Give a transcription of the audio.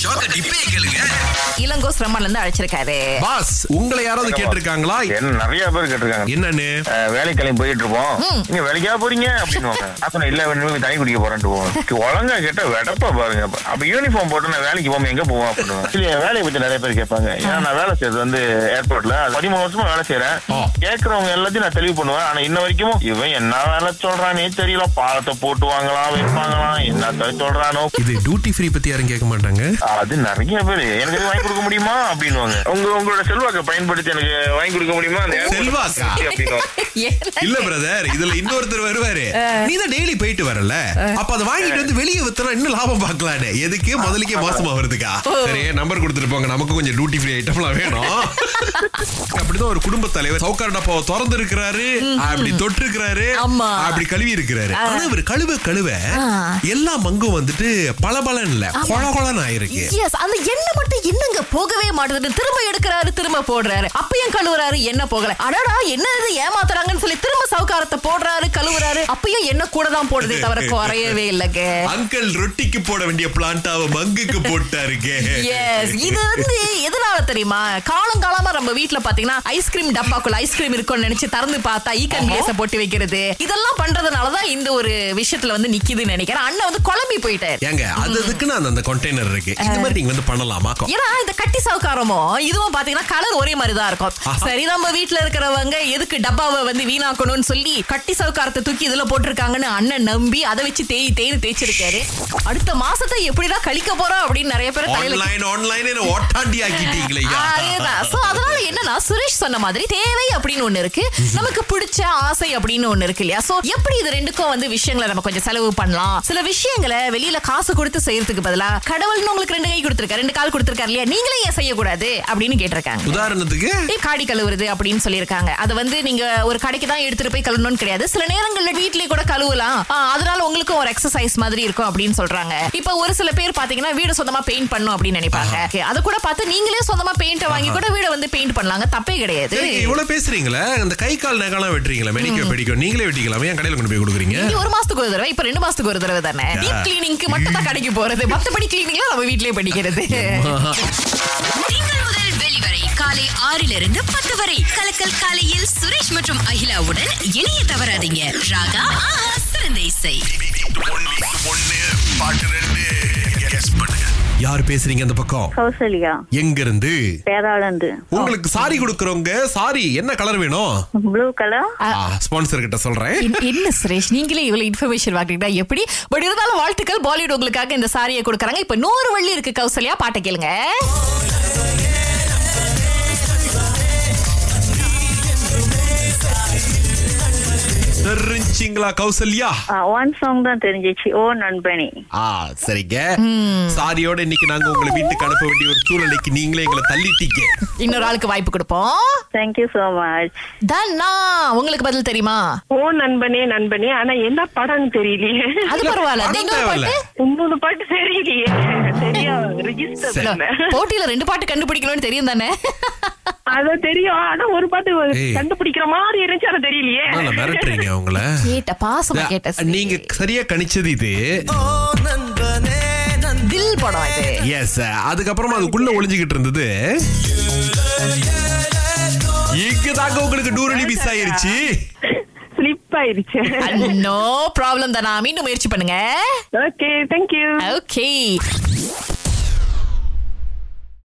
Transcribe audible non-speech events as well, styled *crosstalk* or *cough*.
ஷோக்க டிப்பே கேளுங்க இளங்கோ சிரமல இருந்து அழைச்சிருக்காரு பாஸ் உங்களை யாராவது கேட்டிருக்காங்களா என்ன நிறைய பேர் கேட்டிருக்காங்க என்னன்னு அஹ், வேலைக்கு கிளம்பி போயிட்டு இருப்போம் நீங்க வேலைக்கா போறீங்க அப்படின்னுவாங்க அப்ப நான் இல்ல வேணும் போய் தண்ணி குடிக்க போறேன்ட்டு போவோம் ஒழுங்கா கேட்டா வெடப்பா பாருங்க அப்ப யூனிஃபார்ம் போட்டு நான் வேலைக்கு போவோம் எங்க போவோம் அப்படின்னு இல்ல என் வேலையை பத்தி நிறைய பேர் கேட்பாங்க ஏன்னா நான் வேலை செய்யறது வந்து ஏர்போர்ட்ல பதிமூணு வருஷமா வேலை செய்யறேன் ஆ. கேக்குறவங்க எல்லாத்தையும் நான் தெளிவு பண்ணுவேன் ஆனா இன்ன வரைக்கும் இவன் என்ன வேலை சொல்றானே தெரியல பாலத்தை போட்டு வாங்கலாம் வைப்பாங்களாம் என்னத்த சொல்றானோ இது டியூட்டி ஃப்ரீ பத்தி யாரும் கேட்க மாட்டாங்க அது நிறைய பேர் எனக்கு எதுவும் வாங்கி கொடுக்க முடியுமா அப்படின்னுவாங்க உங்க உங்களோட செல்வாக்கை பயன்படுத்தி எனக்கு வாங்கி கொடுக்க முடியுமா அந்த airport செல்வாக்கா? அப்படின்னுவாங்க ஏல- இல்ல பிரதர் இதுல இன்னொருத்தர் வருவாரு நீ தான் டெய்லி போயிட்டு வரல அப்ப அதை வாங்கிட்டு வந்து வெளியே வித்தனா இன்னும் லாபம் பார்க்கலான்னு எதுக்கு முதலுக்கே மோசமா வருதுக்கா சரி நம்பர் கொடுத்துட்டு போங்க நமக்கு கொஞ்சம் டியூட்டி ஃப்ரீ ஐட்டம்லாம் வேணும் அப்படிதான் ஒரு குடும்ப தலைவர் சவுக்கார் டப்பாவை திறந்து இருக்கிறாரு அப்படி தொட்டு இருக்கிறாரு ஆமா. அப்படி கழுவி இருக்கிறாரு ஆனா இவர் கழுவ கழுவ எல்லா மங்கும் வந்துட்டு பளபளன்னு இல்ல கொழ கொழன்னு ஆயிருக்கு Yes, அந்த எண்ணெய் மட்டும் என்னங்க போகவே மாட்டேங்குது திரும்ப எடுக்கிறாரு திரும்ப போடுறாரு அப்பயும் கழுவுறாரு என்ன போகல அடடா என்ன இது ஏமாத்துறாங்கன்னு சொல்லி திரும்ப சவுக்காரத்தை போடுறாரு கழுவுறாரு அப்பயும் என்ன கூட தான் போடுதே தவிர குறையவே இல்லைங்க அங்கிள் ரொட்டிக்கு போட வேண்டிய பிளான்டாவை மங்குக்கு போட்டாருங்க எஸ் இது வந்து எதனால தெரியுமா காலம் காலமா நம்ம வீட்ல பாத்தீங்கன்னா ஐஸ்கிரீம் டப்பாக்குள்ள ஐஸ்கிரீம் இருக்கும்னு நினைச்சு திறந்து பார்த்தா e ஈக்கன் கிளாஸ போட்டு வைக்கிறது இதெல்லாம் பண்றதுனாலதான் இந்த ஒரு விஷயத்துல வந்து நிக்குதுன்னு நினைக்கிறேன் அண்ணன் வந்து குழம்பி போயிட்டாரு ஏங்க அது அதுக்குன்னு அந்த- அந்த கண்டெய்னர் இருக்கு இந்த மாதிரி நீங்க வந்து பண்ணலாமா ஏன்னா இந்த கட்டி சவுக்காரமோ இதுவும் பாத்தீங்கன்னா கலர் ஒரே மாதிரி தான் இருக்கும் சரி நம்ம வீட்ல இருக்கிறவங்க எதுக்கு டப்பாவை வந்து வீணாக்கணும்னு சொல்லி கட்டி சவுக்காரத்தை தூக்கி இதுல போட்டிருக்காங்கன்னு அண்ணன் நம்பி அதை வச்சு தேய் தேய்னு தேய்ச்சிருக்காரு அடுத்த மாசத்தை எப்படிடா கழிக்க போறோம் அப்படின்னு நிறைய பேர் தலையில ஆன்லைன் ஆன்லைன் ஓட்டாண்டி ஆக்கிட்டீங்களா அதேதான். So, அதனால என்னன்னா சுரேஷ் சொன்ன மாதிரி தேவை அப்படின்னு ஒண்ணு இருக்கு நமக்கு பிடிச்ச ஆசை அப்படின்னு ஒண்ணு இருக்கு இல்லையா சோ எப்படி இது ரெண்டுக்கும் வந்து விஷயங்களை நம்ம கொஞ்சம் செலவு பண்ணலாம் சில விஷயங்களை வெளியில காசு கொடுத்து செய்யறதுக்கு பதிலா கடவுள்னு உங்களுக்கு ரெண்டு கை கொடுத்திருக்காரு ரெண்டு கால் கொடுத்திருக்காரு இல்லையா நீங்களே ஏன் செய்யக்கூடாது அப்படின்னு கேட்டிருக்காங்க உதாரணத்துக்கு ஏய், காடி கழுவுறது அப்படின்னு சொல்லியிருக்காங்க அது வந்து நீங்க ஒரு கடைக்கு தான் எடுத்துட்டு போய் கழுவணும்னு கிடையாது சில நேரங்கள்ல வீட்லயே கூட கழுவலாம் ஆ, அதனால உங்களுக்கும் ஒரு எக்ஸசைஸ் மாதிரி இருக்கும் அப்படின்னு சொல்றாங்க இப்ப ஒரு சில பேர் பாத்தீங்கன்னா வீடு சொந்தமா பெயிண்ட் பண்ணும் அப்படின்னு நினைப்பாங்க Okay, அத கூட பார்த்து நீங்களே சொந்தமா பெயிண்ட் வாங்கி கூட வீட வந்து பெயிண்ட் பண்ணலாங்க தப்பே கிடையாது நீங்க இவ்வளவு பேசுறீங்களே அந்த கை கால் நகலாம் வெட்டுறீங்களா மெனிக்கோ பெடிக்கோ நீங்களே வெட்டிக்கலாமா ஏன் கடையில கொண்டு போய் கொடுக்குறீங்க நீங்க ஒரு மாசத்துக்கு ஒரு தடவை இப்ப ரெண்டு மாசத்துக்கு ஒரு தடவை தானே டீப் கிளீனிங்க்கு மட்டும் தான் கடைக்கு போறது மத்தபடி கிளீனிங்லாம் நம்ம வீட்லயே பண்ணிக்கிறது திங்கள் முதல் வெளிவரை காலை ஆறிலிருந்து பத்து வரை கலக்கல் காலையில் சுரேஷ் மற்றும் அகிலாவுடன் இணைய தவறாதீங்க ராகா ஆஹா, சிறந்த இசை ஒன்னு பாட்டு ரெண்டு கெஸ் பண்ணுங்க யார் பேசுறீங்க அந்த பக்கம் கௌசல்யா எங்க இருந்து பேராளந்து உங்களுக்கு சாரி கொடுக்கறவங்க சாரி என்ன கலர் வேணும் ப்ளூ கலர் ஸ்பான்சர் கிட்ட சொல்றேன் என்- என்ன சுரேஷ் நீங்களே இவ்வளவு இன்ஃபர்மேஷன் வாங்குறீங்களா எப்படி பட் இருந்தாலும் வாழ்த்துக்கள் பாலிவுட் உங்களுக்காக இந்த சாரியை கொடுக்கறாங்க இப்ப நூறு வள்ளி இருக்கு கௌசல்யா பாட்டை கேளுங்க தெரிஞ்சிங்களா கௌசல்யா ஒன் சாங் தான் தெரிஞ்சிச்சு ஓ நண்பனி ஆ சரிங்க சாரியோட இன்னைக்கு நாங்க உங்களை வீட்டுக்கு அனுப்ப வேண்டிய ஒரு சூழ்நிலைக்கு நீங்களே எங்களை தள்ளிட்டீங்க இன்னொரு ஆளுக்கு வாய்ப்பு கொடுப்போம் தேங்க்யூ சோ மச் தன்னா உங்களுக்கு பதில் தெரியுமா ஓ நண்பனே நண்பனே ஆனா என்ன படம்னு தெரியலையே அது பரவாயில்ல படம் நீங்க ஒரு தேவையில்ல. பாட்டு இன்னொரு பாட்டு தெரியலையே சரியா ரிஜிஸ்டர் இல்ல, போட்டியில ரெண்டு பாட்டு கண்டுபிடிக்கணும்னு தெரியும் தானே அது தெரியும் ஆனா ஒரு பாட்டு ஏய். கண்டுபிடிக்கிற மாதிரி இருந்துச்சு அது தெரியலையே நல்லா மிரட்டுறீங்க *laughs* அவங்கள கேட்ட பாசமா கேட்ட சரி. நீங்க சரியா கணிச்சது இது தில் படம் இது எஸ் அதுக்கப்புறமா அதுக்குள்ள ஒளிஞ்சுகிட்டு *laughs* இருந்தது இங்கதாங்க உங்களுக்கு டூரணி மிஸ் ஆயிருச்சு ஸ்லிப் ஆயிருச்சு நோ ப்ராப்ளம் தானா மீண்டும் முயற்சி பண்ணுங்க ஓகே தேங்க்யூ ஓகே